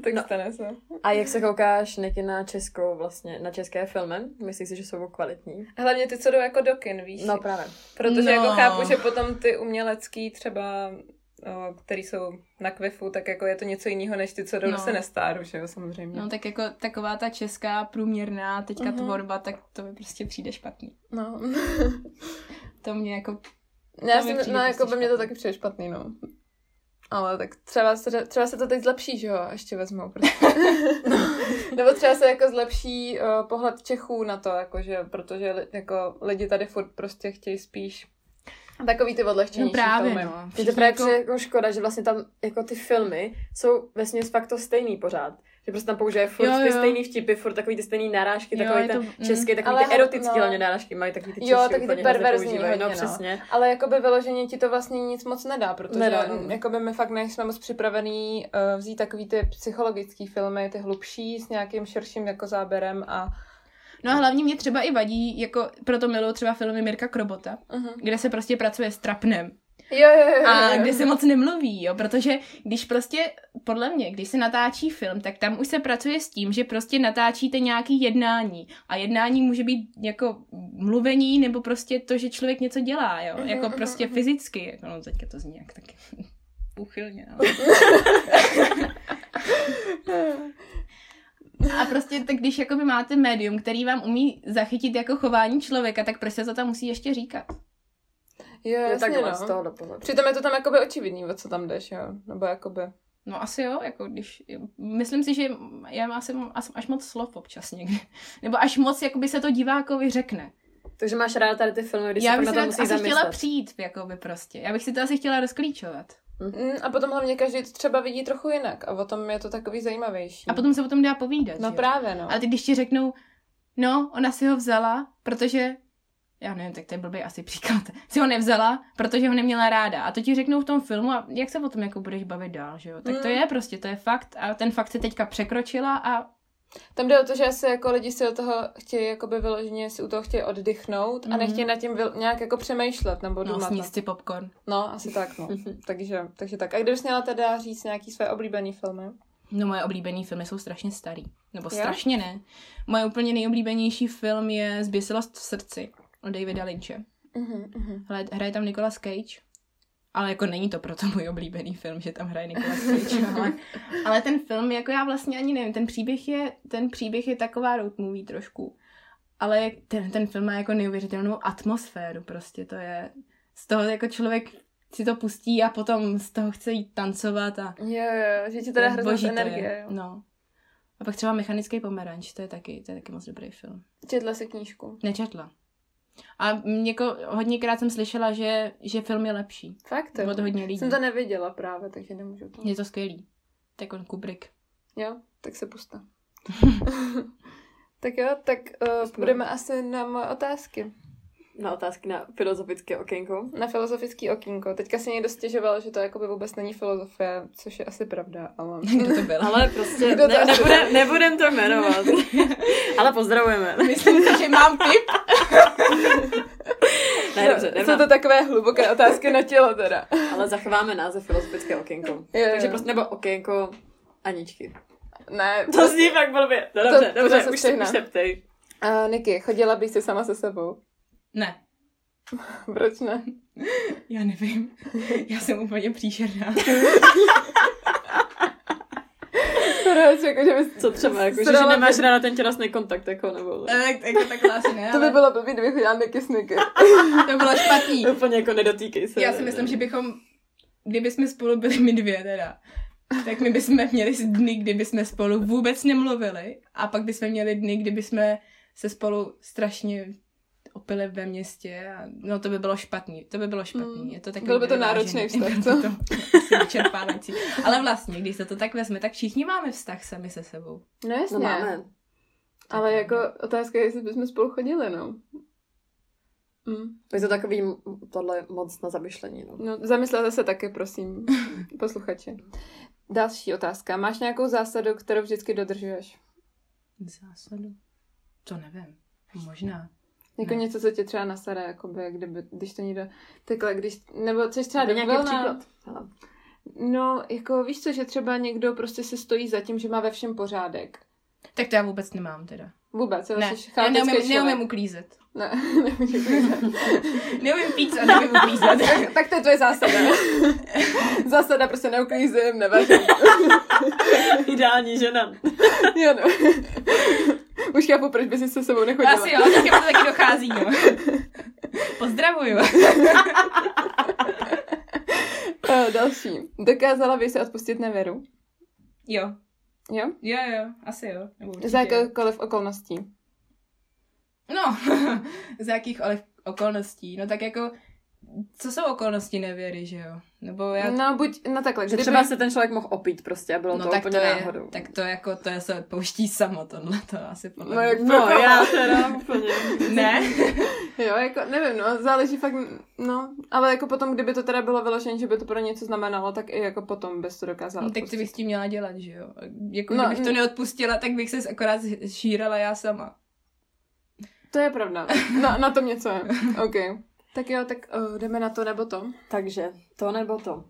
Speaker 2: Tak no. stane se.
Speaker 1: A jak se koukáš, Niky, na českou vlastně, na české filmy? Myslíš si, že jsou kvalitní?
Speaker 2: Hlavně ty, co jdou jako do kin, víš?
Speaker 1: No právě.
Speaker 2: Protože no. jako
Speaker 3: No.
Speaker 2: chápu, že potom ty umělecký třeba, no, který jsou na kvefu, tak jako je to něco jiného, než ty, co jdou
Speaker 3: No.
Speaker 2: no. se nestáru, že jo, samozřejmě.
Speaker 3: No tak jako taková ta česká průměrná teďka
Speaker 2: Mhm.
Speaker 3: tvorba, tak to mi prostě přijde špatný.
Speaker 2: no.
Speaker 3: To mě jako...
Speaker 2: Já
Speaker 3: To mi
Speaker 2: si,
Speaker 3: přijde
Speaker 2: no,
Speaker 3: prostě
Speaker 2: jako by mě to
Speaker 3: špatný.
Speaker 2: taky přijde špatný, no. Ale tak třeba se, třeba se to teď zlepší, že jo, a ještě vezmou. Prostě. Nebo třeba se jako zlepší uh, pohled Čechů na to, jakože, protože li, jako lidi tady furt prostě chtějí spíš takový ty
Speaker 3: No
Speaker 2: odlehčenější
Speaker 3: právě,
Speaker 2: filmy.
Speaker 3: no.
Speaker 1: Je to právě jako... jako škoda, že vlastně tam jako ty filmy jsou vesměs fakt to stejný pořád. Že prostě tam používají furt
Speaker 3: Jo,
Speaker 1: ty
Speaker 3: jo.
Speaker 1: stejný vtipy, furt takový ty stejný narážky,
Speaker 3: Jo,
Speaker 1: takový
Speaker 3: je
Speaker 1: ten
Speaker 3: to- mm.
Speaker 1: český, takový
Speaker 2: Ale
Speaker 1: ty erotický
Speaker 2: no.
Speaker 1: hlavně narážky mají takový ty
Speaker 2: Jo,
Speaker 1: češi
Speaker 2: taky ty
Speaker 1: úplně hrozně
Speaker 2: perverzní
Speaker 1: používají. No
Speaker 2: hodně, no.
Speaker 1: přesně.
Speaker 2: Ale jakoby vyloženě ti to vlastně nic moc nedá, protože
Speaker 1: Nedá,
Speaker 2: nedá,
Speaker 1: no.
Speaker 2: jakoby my fakt nejsme moc připravený uh, vzít takový ty psychologický filmy, ty hlubší s nějakým širším jako záběrem a...
Speaker 3: No a hlavně mě třeba i vadí, jako proto miluju třeba filmy Mirka Krobota,
Speaker 2: Uh-huh.
Speaker 3: kde se prostě pracuje s trapnem.
Speaker 2: Jo, jo, jo, jo.
Speaker 3: A
Speaker 2: jo.
Speaker 3: kde se moc nemluví, jo, protože když prostě, podle mě, když se natáčí film, tak tam už se pracuje s tím, že prostě natáčíte nějaký jednání. A jednání může být jako mluvení, nebo prostě to, že člověk něco dělá, jo,
Speaker 2: Mhm,
Speaker 3: jako
Speaker 2: mhm,
Speaker 3: prostě
Speaker 2: mhm.
Speaker 3: fyzicky. Jako, no, teďka to zní jak taky uchylně, ale... A prostě tak když jakoby máte médium, který vám umí zachytit jako chování člověka, tak proč se to tam musí ještě říkat?
Speaker 1: Je
Speaker 2: Jo, jasně,
Speaker 1: takhle z
Speaker 2: no.
Speaker 1: tohohle pohledu.
Speaker 2: Přitom je to tam jakoby očividný, o co tam jdeš, jo. Nebo jakoby...
Speaker 3: No asi jo, jako když, myslím si, že já mám asi, asi až moc slov občas někdy. Nebo až moc, jakoby se to divákovi řekne.
Speaker 1: Takže máš ráda tady ty filmy, když
Speaker 3: já
Speaker 1: se
Speaker 3: bych
Speaker 1: pak na
Speaker 3: si
Speaker 1: to musí
Speaker 3: na asi chtěla
Speaker 1: zamyslet.
Speaker 3: přijít, jakoby prostě. Já bych si to asi chtěla rozklíčovat.
Speaker 2: Mm, a potom hlavně každý to třeba vidí trochu jinak a o tom je to takový zajímavější.
Speaker 1: Hmm.
Speaker 3: A potom se o tom dá povídat.
Speaker 2: No
Speaker 3: že?
Speaker 2: právě, no.
Speaker 3: Ale ty, když ti řeknou, no, ona si ho vzala, protože já nevím, tak to je blbý asi příklad. Si ho nevzala, protože ho neměla ráda. A to ti řeknou v tom filmu a jak se o tom jako budeš bavit dál, že jo? Tak to
Speaker 1: Hmm.
Speaker 2: Mm.
Speaker 3: je prostě, to je fakt. A ten fakt se teďka překročila a
Speaker 2: Tam jde o to, že asi jako lidi si od toho chtějí jakoby vyloženě si u toho chtějí oddychnout mm. a
Speaker 3: Mhm.
Speaker 2: nechtějí nad tím vyl- nějak jako přemýšlet nebo
Speaker 3: no,
Speaker 2: důmat. No,
Speaker 3: sníst si popcorn.
Speaker 2: no asi tak, no. takže, takže tak. A kdybys měla teda říct nějaký své oblíbený filmy?
Speaker 3: No moje oblíbený filmy jsou strašně starý. Nebo
Speaker 2: Jo?
Speaker 3: strašně ne. Moje úplně nejoblíbenější film je Zběsilost v srdci od Davida Lynche.
Speaker 2: Uh-huh, uh-huh.
Speaker 3: Hele, hraje tam Nicolas Cage. Ale jako není to proto můj oblíbený film, že tam hraje Nicolas Cage. ale, ale, ten film, jako já vlastně ani nevím, ten příběh je, ten příběh je taková road movie trošku. Ale jak- ten, ten film má jako neuvěřitelnou atmosféru, prostě to je, z toho jako člověk si to pustí a potom z toho chce jít tancovat a
Speaker 2: Jo, jo, že ti teda
Speaker 3: je
Speaker 2: hrozí
Speaker 3: to
Speaker 2: energie.
Speaker 3: je.
Speaker 2: Jo.
Speaker 3: No. A pak třeba Mechanický pomeranč, to je taky, to je taky moc dobrý film.
Speaker 2: Četla si knížku.
Speaker 3: Nečetla. A něko, hodněkrát jsem slyšela, že, že film je lepší.
Speaker 2: Fakt,
Speaker 3: Od
Speaker 2: jo.
Speaker 3: hodně lidí.
Speaker 2: Jsem to neviděla právě, takže nemůžu to.
Speaker 3: Je to skvělý. Tak on Kubrick.
Speaker 2: Jo, tak se puste. eh, tak jo, tak uh, budeme asi na moje otázky.
Speaker 1: na otázky na filozofické okénko.
Speaker 2: Na filozofický okýnko. Teďka se někdo stěžoval, že to jakoby vůbec není filozofie, což je asi pravda, ale...
Speaker 3: Kdo to byl?
Speaker 1: Ale prostě
Speaker 2: Kdo to
Speaker 1: ne,
Speaker 2: asi
Speaker 1: nebudem, nebudem to jmenovat. Ale pozdravujeme.
Speaker 3: Myslím si, že mám tip.
Speaker 1: Ne, dobře,
Speaker 2: Jsou
Speaker 1: nemám,
Speaker 2: to takové hluboké otázky na tělo teda.
Speaker 1: ale zachováme název filozofické okénko.
Speaker 2: Jo, jo.
Speaker 1: Takže prostě, nebo okénko Aničky.
Speaker 2: Ne.
Speaker 1: To zní fakt blbě. No dobře,
Speaker 2: to
Speaker 1: dobře,
Speaker 2: se
Speaker 1: už se,
Speaker 2: střihne.
Speaker 1: už se ptej.
Speaker 2: A eh, Niky, chodila bych si sama se sebou.
Speaker 3: Ne,
Speaker 2: Proč ne?
Speaker 3: já nevím. Já jsem úplně příšerná.
Speaker 2: Proč? Jako, že bys...
Speaker 1: Co třeba, jako, že, že
Speaker 2: Strala
Speaker 1: nemáš ráda ten tělesný kontakt, jako, nebo...
Speaker 3: tak, jako takhle asi ne,
Speaker 2: To by
Speaker 3: ale
Speaker 2: bylo blbý, kdyby chodila Niky s Niky.
Speaker 3: to bylo špatný.
Speaker 1: Úplně jako nedotýkej se.
Speaker 3: Já si myslím, že bychom, kdyby jsme spolu byli my dvě teda, tak my bychom měli dny, kdyby jsme spolu vůbec nemluvili a pak bychom měli dny, kdyby jsme se spolu strašně opili ve městě. A, no to by bylo špatný, to by bylo
Speaker 2: Mm.
Speaker 3: špatný. Je to takový
Speaker 2: Byl by to
Speaker 3: nevyvážený.
Speaker 2: náročný vztah,
Speaker 3: Bylo
Speaker 2: co?
Speaker 3: by to asi vyčerpávající. Ale vlastně, když se to tak vezme, tak všichni máme vztah sami se sebou.
Speaker 2: No jasně.
Speaker 1: No máme.
Speaker 2: Ale
Speaker 3: Tak
Speaker 2: jako otázka je, jestli bychom spolu chodili, no. Mm.
Speaker 1: Je to takový m- tohle moc na zamyšlení. No.
Speaker 2: No, zamyslete se taky, prosím, posluchači. Další otázka. Máš nějakou zásadu, kterou vždycky dodržuješ?
Speaker 3: Zásadu? To nevím. Možná.
Speaker 2: Jako
Speaker 3: Ne.
Speaker 2: něco, co tě třeba nasere, jakoby, kdyby, když to někdo... Takhle, když... Nebo což třeba
Speaker 1: Dej nějaký
Speaker 2: dovolná...
Speaker 1: příklad. Hele.
Speaker 2: No, jako víš co, že třeba někdo prostě se stojí za tím, že má ve všem pořádek.
Speaker 3: Tak to já vůbec nemám teda.
Speaker 2: Vůbec, jo,
Speaker 3: Ne,
Speaker 2: jsi
Speaker 3: já
Speaker 2: chaotický
Speaker 3: neumím,
Speaker 2: člověk.
Speaker 3: neumím uklízet.
Speaker 2: Ne, nemůžu klízet.
Speaker 3: Neumím pít a neumím uklízet.
Speaker 2: tak, tak to je tvoje zásada. zásada prostě neuklízím, nevařím.
Speaker 1: Ideální žena.
Speaker 2: Jo, no. Už chápu, proč by si se sebou nechodila.
Speaker 3: Asi jo, teďka mi to taky dochází, jo. Pozdravuju.
Speaker 2: Eh, další. Dokázala by si odpustit nevěru?
Speaker 3: Jo,
Speaker 2: Jo?
Speaker 3: jo, jo, asi jo. Nebo určitě
Speaker 2: Za
Speaker 3: jo.
Speaker 2: jakoukoliv okolností.
Speaker 3: No, za jakých ale okolností. No tak jako, co jsou okolnosti nevěry, že jo? Nebo já...
Speaker 2: No, buď, no takhle,
Speaker 1: Že
Speaker 2: kdyby...
Speaker 1: třeba se ten člověk mohl opít prostě a bylo
Speaker 3: no
Speaker 1: to
Speaker 3: tak
Speaker 1: úplně
Speaker 3: to je,
Speaker 1: náhodou.
Speaker 3: tak to jako, to je se odpouští samo, tohle to asi podle
Speaker 2: No,
Speaker 3: mě.
Speaker 2: jak-
Speaker 1: No, já teda úplně.
Speaker 3: Ne?
Speaker 2: Jo, jako, nevím, no, záleží fakt, no, ale jako potom, kdyby to teda bylo vyložené, že by to pro něco znamenalo, tak i jako potom bys to dokázala
Speaker 3: No, tak co
Speaker 2: odpustit.
Speaker 3: bych s tím měla dělat, že jo? Jako,
Speaker 2: No,
Speaker 3: no, kdybych to
Speaker 2: mm.
Speaker 3: neodpustila, tak bych se akorát šírala já sama.
Speaker 2: To je pravda. No, na tom něco je. OK. Tak jo, tak uh, jdeme na to nebo to.
Speaker 1: Takže to nebo to.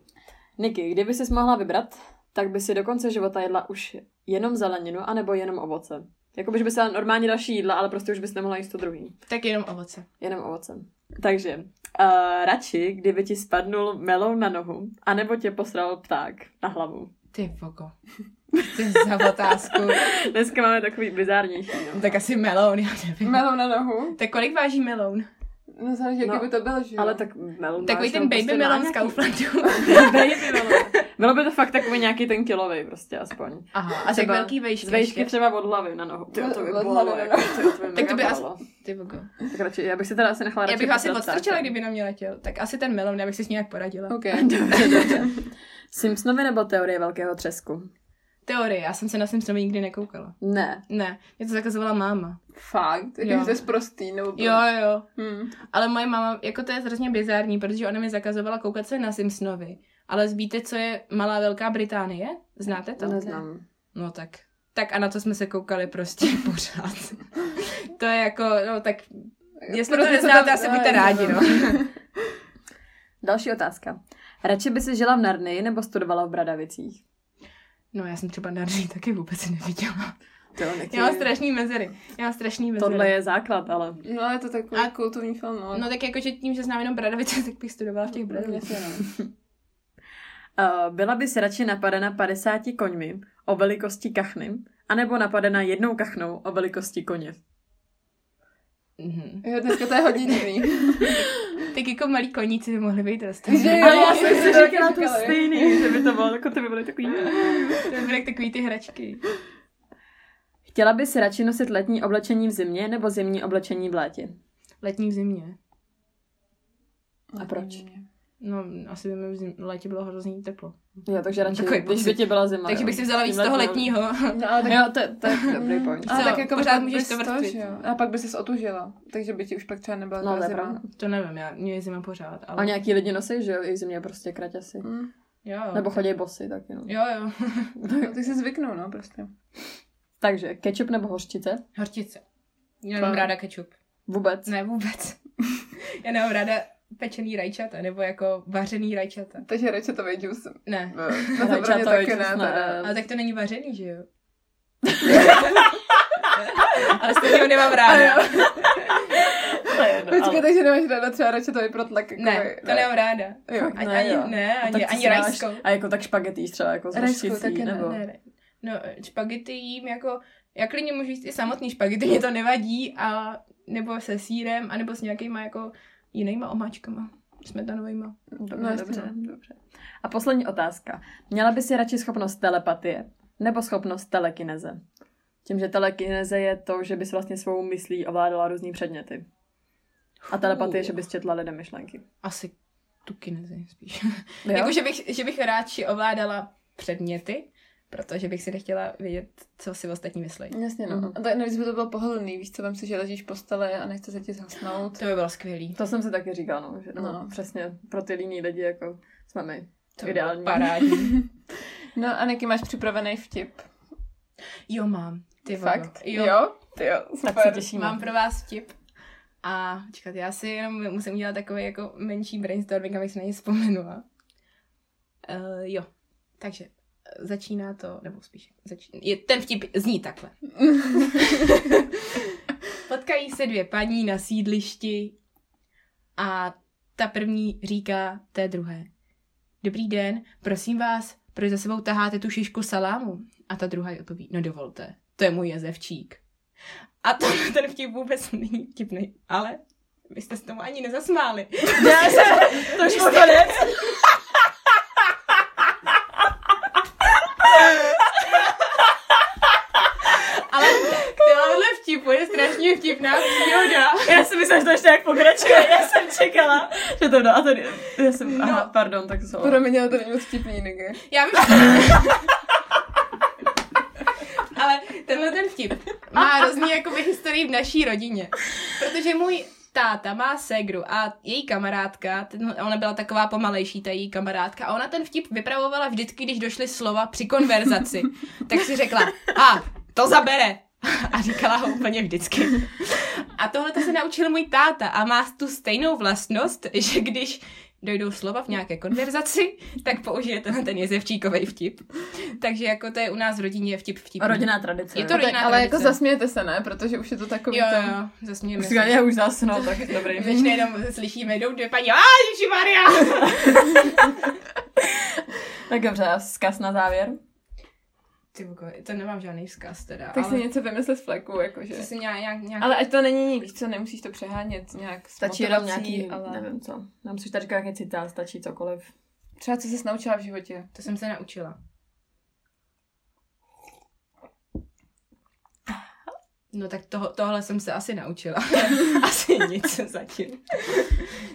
Speaker 1: Niky, kdyby jsi mohla vybrat, tak by si do konce života jedla už jenom zeleninu anebo jenom ovoce. Jakoby, že by se dala normálně další jídla, ale prostě už bys nemohla jíst to druhý.
Speaker 3: Tak jenom ovoce.
Speaker 1: Jenom ovoce. Takže, uh, radši, kdyby ti spadnul melou na nohu, anebo tě posral pták na hlavu.
Speaker 3: Ty voko. To je za otázku.
Speaker 1: Dneska máme takový bizárnější, no.
Speaker 3: tak asi meloun, já nevím.
Speaker 2: Melou na nohu.
Speaker 3: tak kolik váží meloun?
Speaker 2: No, záleží, jaký
Speaker 1: No,
Speaker 2: by to byl, že jo?
Speaker 1: Ale tak melon
Speaker 3: Takový
Speaker 1: máš,
Speaker 3: ten
Speaker 1: no,
Speaker 3: baby
Speaker 1: prostě
Speaker 3: melon
Speaker 1: má
Speaker 3: z
Speaker 1: nějaký-
Speaker 3: Kauflandu.
Speaker 1: baby melon. Bylo by to fakt takový nějaký ten kilový prostě aspoň.
Speaker 3: Aha, a tak
Speaker 1: Třeba
Speaker 3: velký vejšky.
Speaker 1: Z vejšky
Speaker 3: ještě.
Speaker 1: třeba od hlavy na nohu. Tyjo, to by
Speaker 2: Od hlavy
Speaker 1: bolelo.
Speaker 2: na
Speaker 1: jako, tyjo, to by
Speaker 3: Tak to by
Speaker 1: mega
Speaker 3: asi-
Speaker 1: bolelo.
Speaker 3: Ty bogo.
Speaker 1: Tak radši, já bych si teda asi nechala
Speaker 3: Já
Speaker 1: radši
Speaker 3: bych ho asi
Speaker 1: potrat
Speaker 3: odstrčila,
Speaker 1: ptákem.
Speaker 3: kdyby na mě letěl. Tak asi ten melon, já bych si s ní nějak poradila.
Speaker 2: OK.
Speaker 1: Dobře, dobře. Simpsonovi nebo teorie velkého třesku?
Speaker 3: Teorie, já jsem se na Simpsonovi nikdy nekoukala.
Speaker 1: Ne.
Speaker 3: Ne, mě to zakazovala máma.
Speaker 2: Fakt,
Speaker 3: Jo.
Speaker 2: jako že jsi prostý, nebo...
Speaker 3: Jo, jo.
Speaker 2: Hmm.
Speaker 3: Ale moje máma, jako to je hrozně bizární, protože ona mi zakazovala koukat se na Simpsonovi. Ale víte, co je Malá Velká Británie? Znáte to?
Speaker 1: To neznám.
Speaker 3: No tak. Tak a na to jsme se koukali prostě pořád. to je jako, no tak, jestli to
Speaker 2: Prostě co
Speaker 3: neznáte,
Speaker 2: tam-
Speaker 3: asi
Speaker 2: no,
Speaker 3: buďte
Speaker 2: jasně,
Speaker 3: rádi,
Speaker 2: no.
Speaker 3: no.
Speaker 1: Další otázka. Radši by si žila v Narnii nebo studovala v Bradavicích?
Speaker 3: No já jsem třeba Narni taky vůbec neviděla.
Speaker 1: Tyjo,
Speaker 3: Já mám strašný mezery. Já mám strašný mezery.
Speaker 1: Tohle je základ, ale...
Speaker 2: No, ale je to takový
Speaker 3: A-
Speaker 2: kulturní film, no.
Speaker 3: No tak jakože tím, že znám jenom Bradavice, tak bych studovala v těch
Speaker 2: Mm,
Speaker 3: Bradavicích.
Speaker 2: jasně, no.
Speaker 1: Uh, Byla bys radši napadena 50 koňmi o velikosti kachny, anebo napadena jednou kachnou o velikosti koně?
Speaker 3: Mhm.
Speaker 2: Jo, dneska to je hodně divný.
Speaker 3: Tak jako malí koníci by mohli být
Speaker 2: Že
Speaker 3: rozstavení.
Speaker 2: jo, já
Speaker 1: jsem si
Speaker 2: taky
Speaker 1: říkala to
Speaker 2: říkala, jo.
Speaker 1: stejný, že by to bylo, jako to by bylo takový...
Speaker 3: To by byly takový ty hračky.
Speaker 1: Chtěla bys radši nosit letní oblečení v zimě nebo zimní oblečení v létě?
Speaker 3: Letní v zimě.
Speaker 1: A proč?
Speaker 4: No, asi by mi v létě bylo hrozný teplo.
Speaker 1: Jo, takže radši,
Speaker 3: Takový
Speaker 1: když by
Speaker 3: pocit.
Speaker 1: ti byla zima.
Speaker 3: Takže
Speaker 1: jo.
Speaker 3: bych si vzala víc
Speaker 1: Tím
Speaker 3: toho
Speaker 1: letním-
Speaker 3: letního.
Speaker 2: No, ale tak,
Speaker 1: Jo, to, to je dobrý point.
Speaker 2: ale
Speaker 3: co,
Speaker 2: tak jako
Speaker 3: pořád
Speaker 2: pak
Speaker 3: můžeš
Speaker 2: bys
Speaker 3: to vrtvit.
Speaker 2: že jo. A pak by se otužila, takže by ti už pak třeba nebyla
Speaker 1: No,
Speaker 2: no,
Speaker 1: to je
Speaker 2: zima.
Speaker 1: pravda.
Speaker 4: To nevím, já, mě je zima pořád, ale...
Speaker 1: A nějaký lidi nosí, že jo, i zimě prostě kraťasy.
Speaker 2: Mm.
Speaker 4: Jo, jo.
Speaker 1: Nebo chodí bosy, tak jenom.
Speaker 4: Jo, jo.
Speaker 2: No, tak si zvyknu, no, prostě.
Speaker 1: Takže ketchup nebo hořčice?
Speaker 3: Horčice. Já nemám
Speaker 1: Fakt?
Speaker 3: ráda kečup.
Speaker 1: Vůbec.
Speaker 3: Ne, vůbec. Já nemám ráda pečený rajčata, nebo jako vařený rajčata.
Speaker 2: Takže radši to vědí už.
Speaker 3: Ne.
Speaker 2: No to pro mě
Speaker 1: Rajčata
Speaker 2: taky
Speaker 1: vědí
Speaker 2: ne.
Speaker 1: už
Speaker 2: teda.
Speaker 1: ne.
Speaker 3: Ale tak to není vařený, že jo? Ale stejně ho nemám ráda.
Speaker 2: Počkej, takže nemáš ráda třeba radši to pro tlak.
Speaker 3: Ne, No to nemám ráda.
Speaker 2: Jo.
Speaker 3: Ani,
Speaker 1: Ne, jo.
Speaker 3: ani, ne,
Speaker 1: A tak
Speaker 3: ani,
Speaker 1: ty
Speaker 3: ani
Speaker 1: si dáš-
Speaker 3: rajskou.
Speaker 1: A jako tak špagety jíš třeba jako z
Speaker 2: Rajskou
Speaker 1: hořčicí,
Speaker 2: taky ne,
Speaker 1: nebo...
Speaker 3: Ne, ne. No, špagety jím jako, já klidně můžu jíst i samotný špagety, mě to nevadí, a nebo se sírem, anebo s nějakýma jako jinýma omáčkama, smetanovýma.
Speaker 1: Dobře,
Speaker 2: No,
Speaker 1: dobře,
Speaker 2: jasně.
Speaker 1: dobře. A poslední otázka. Měla by si radši schopnost telepatie nebo schopnost telekineze? Tím, že telekineze je to, že bys vlastně svou myslí ovládala různý předměty. A telepatie,
Speaker 3: Fú.
Speaker 1: že bys četla lidem myšlenky.
Speaker 3: Asi tu kinezi spíš.
Speaker 1: Jo?
Speaker 3: Jako, že bych, že bych radši ovládala předměty, protože bych si nechtěla vědět, co si ostatní myslí.
Speaker 2: Jasně, no.
Speaker 1: Mhm.
Speaker 2: Mm-hmm. Tak navíc by to bylo pohodlný, víš co, vem si, že ležíš v postele a nechce se ti zhasnout.
Speaker 3: To by bylo skvělý.
Speaker 1: To jsem si taky říkala, no, že no, no.
Speaker 2: No.
Speaker 1: přesně pro ty líní lidi, jako jsme my.
Speaker 3: To by
Speaker 1: Ideální.
Speaker 3: bylo parádní.
Speaker 2: No a Niky, máš připravený vtip.
Speaker 3: Jo, mám. Ty vole.
Speaker 2: Fakt?
Speaker 3: Jo,
Speaker 2: jo? Ty jo,
Speaker 1: Tak se
Speaker 2: super.
Speaker 1: těšíme.
Speaker 3: Mám pro vás vtip. A čekat, já si jenom musím udělat takový jako menší brainstorming, abych si na ně vzpomenula. Uh, jo, takže eh, začíná to, nebo spíš začíná, je, ten vtip zní takhle. Potkají se dvě paní na sídlišti a ta první říká té druhé. Dobrý den, prosím vás, proč za sebou taháte tu šišku salámu? A ta druhá jí odpoví, no dovolte, to je můj jezevčík. A to, ten vtip vůbec není vtipný, ale vy jste se tomu ani nezasmáli. Já jsem, to už konec. Ale k tomuhle vtipu je strašně vtipná příhoda.
Speaker 1: Já jsem myslela, že to ještě jak pokračuje, já jsem čekala, že to no a tady, já jsem, no. aha, pardon, tak se
Speaker 2: Promiň, ale to není moc vtipný, Niky.
Speaker 3: Já bych... Ale tenhle ten vtip má hrozný jakoby historii v naší rodině. Protože můj táta má segru a její kamarádka, ten- ona byla taková pomalejší, ta její kamarádka, a ona ten vtip vypravovala vždycky, když došly slova při konverzaci. Tak si řekla, a to zabere. A říkala ho úplně vždycky. A tohle to se naučil můj táta a má tu stejnou vlastnost, že když dojdou slova v nějaké konverzaci, tak použije tenhle ten jezevčíkovej vtip. Takže jako to je u nás v rodině vtip vtip.
Speaker 1: Rodinná tradice.
Speaker 3: Je to rodinná
Speaker 2: Ale jako
Speaker 3: tradice.
Speaker 2: zasmějete se, ne? Protože už je to takový
Speaker 3: Jo,
Speaker 2: ten...
Speaker 3: jo, jo, zasmějeme
Speaker 1: Říkala, já už zase, no, tak dobrý.
Speaker 3: Když nejenom slyšíme, jdou dvě paní, a Ježíši Maria!
Speaker 1: tak dobře, a vzkaz na závěr.
Speaker 3: Ty buko, to nemám žádný vzkaz teda,
Speaker 2: Tak
Speaker 3: ale...
Speaker 2: si něco vymysli z fleku, jakože.
Speaker 3: To si nějak, nějak, nějak...
Speaker 2: Ale ať to není, víš co, nemusíš to přehánět nějak
Speaker 1: Stačí jenom
Speaker 2: motivací,
Speaker 1: nějaký, ale...
Speaker 2: ale
Speaker 1: nevím co. Nemusíš tady říkat nějaký citát, stačí cokoliv.
Speaker 2: Třeba co jsi naučila v životě.
Speaker 3: To jsem se naučila. No tak toho, tohle jsem se asi naučila. asi nic zatím.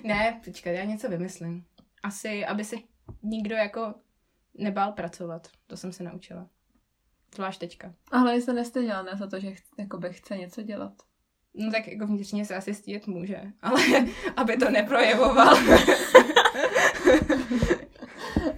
Speaker 3: ne, počkat, já něco vymyslím. Asi, aby se nikdo jako nebál pracovat. To jsem se naučila. Zvlášť teďka.
Speaker 2: A hlavně se nestyděla ne za to, že chce, jakoby chce něco dělat.
Speaker 3: No tak jako vnitřně se asi stíjet může, ale aby to neprojevoval.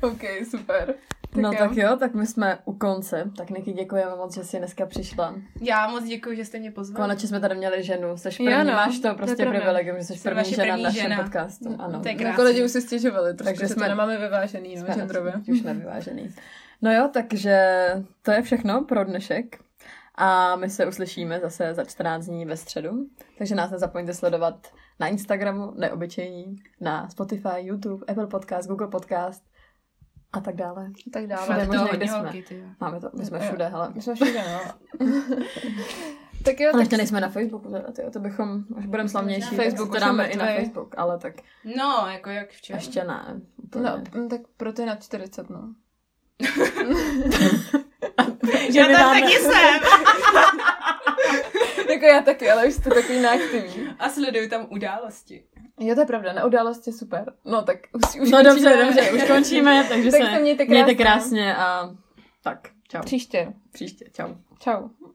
Speaker 2: OK, super.
Speaker 1: Tak no
Speaker 2: jo.
Speaker 1: jo. tak jo, tak my jsme u konce. Tak Niky, děkujeme moc, že jsi dneska přišla.
Speaker 3: Já moc děkuji, že jste mě pozvali.
Speaker 1: Konečně jsme tady měli ženu. Seš
Speaker 2: Jo,
Speaker 1: první,
Speaker 2: no,
Speaker 1: máš
Speaker 2: to je
Speaker 1: to prostě
Speaker 2: pravda.
Speaker 1: privilegium, že jsi
Speaker 3: Jsem
Speaker 1: první
Speaker 3: vaše
Speaker 1: žena v
Speaker 3: první
Speaker 1: našem
Speaker 3: žena.
Speaker 1: podcastu. Ano.
Speaker 3: To je
Speaker 2: Jako
Speaker 3: krásný.
Speaker 2: lidi už si stěžovali, trošku,
Speaker 1: Takže
Speaker 2: Takže
Speaker 1: jsme-
Speaker 2: jsme... to nemáme vyvážený, no, genderově.
Speaker 1: Už jsme vyvážený. No jo, takže to je všechno pro dnešek. A my se uslyšíme zase za 14 dní ve středu. Takže nás nezapomeňte sledovat na Instagramu, neobyčejní, na Spotify, YouTube, Apple Podcast, Google Podcast a tak dále.
Speaker 2: A Tak dále.
Speaker 1: Všude
Speaker 3: Fakt
Speaker 1: možná,
Speaker 3: toho
Speaker 1: kde
Speaker 3: hodně
Speaker 1: jsme.
Speaker 3: holky, ty jo.
Speaker 1: Máme to, my jsme
Speaker 2: Jo.
Speaker 1: všude, hele.
Speaker 2: My jsme všude, no. tak jo,
Speaker 1: Ale
Speaker 2: tak
Speaker 1: ještě nejsme na Facebooku, teda, tyjo, to bychom, až budeme slavnější,
Speaker 2: Na Facebooku
Speaker 1: tak se dáme
Speaker 2: jsme
Speaker 1: i na
Speaker 2: mrtví.
Speaker 1: Facebook, ale tak
Speaker 3: No, jako jak včera.
Speaker 1: ještě ne. Úplně.
Speaker 2: No, mm, tak pro ty na 40, no.
Speaker 1: že my máme-
Speaker 3: jsem.
Speaker 2: jako já taky, ale už jste takový neaktivní.
Speaker 3: A sleduju tam události.
Speaker 2: Jo, to je pravda, na událost je super. No tak už, už
Speaker 1: No dobře,
Speaker 2: končíme.
Speaker 1: dobře, už končíme, takže
Speaker 2: Tak
Speaker 1: se
Speaker 2: se mějte
Speaker 1: mějte
Speaker 2: krásně.
Speaker 1: krásně a tak, čau.
Speaker 2: Příště.
Speaker 1: Příště, čau.
Speaker 2: Čau.